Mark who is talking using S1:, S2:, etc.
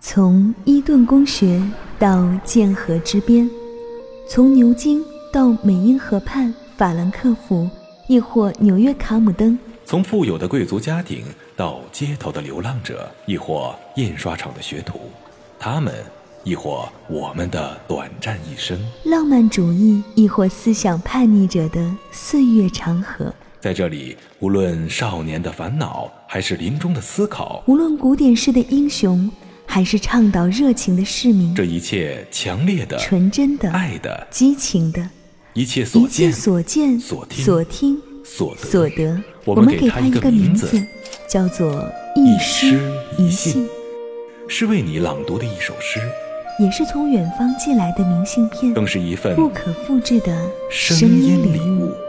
S1: 从伊顿公学到剑河之边，从牛津到美因河畔法兰克福，亦或纽约卡姆登，
S2: 从富有的贵族家庭到街头的流浪者，亦或印刷厂的学徒，他们，亦或我们的短暂一生，
S1: 浪漫主义亦或思想叛逆者的岁月长河，
S2: 在这里，无论少年的烦恼，还是临终的思考，
S1: 无论古典式的英雄，还是倡导热情的市民，
S2: 这一切强烈的、
S1: 纯真的、
S2: 爱的，
S1: 激情的，
S2: 一切所
S1: 一切
S2: 见、
S1: 所见、
S2: 所听
S1: 所听、
S2: 所得，
S1: 所得，
S2: 我
S1: 我
S2: 们
S1: 们
S2: 给
S1: 给
S2: 它
S1: 它
S2: 一
S1: 一
S2: 个
S1: 个
S2: 名
S1: 名
S2: 字
S1: 字，叫做
S2: 一
S1: 一
S2: 诗
S1: 诗
S2: 一
S1: 一
S2: 信
S1: 信，
S2: 是为你朗读的一首诗，
S1: 也是从远方寄来的明信片，
S2: 更是一份
S1: 不可复制的
S2: 声音礼
S1: 礼
S2: 物
S1: 物。。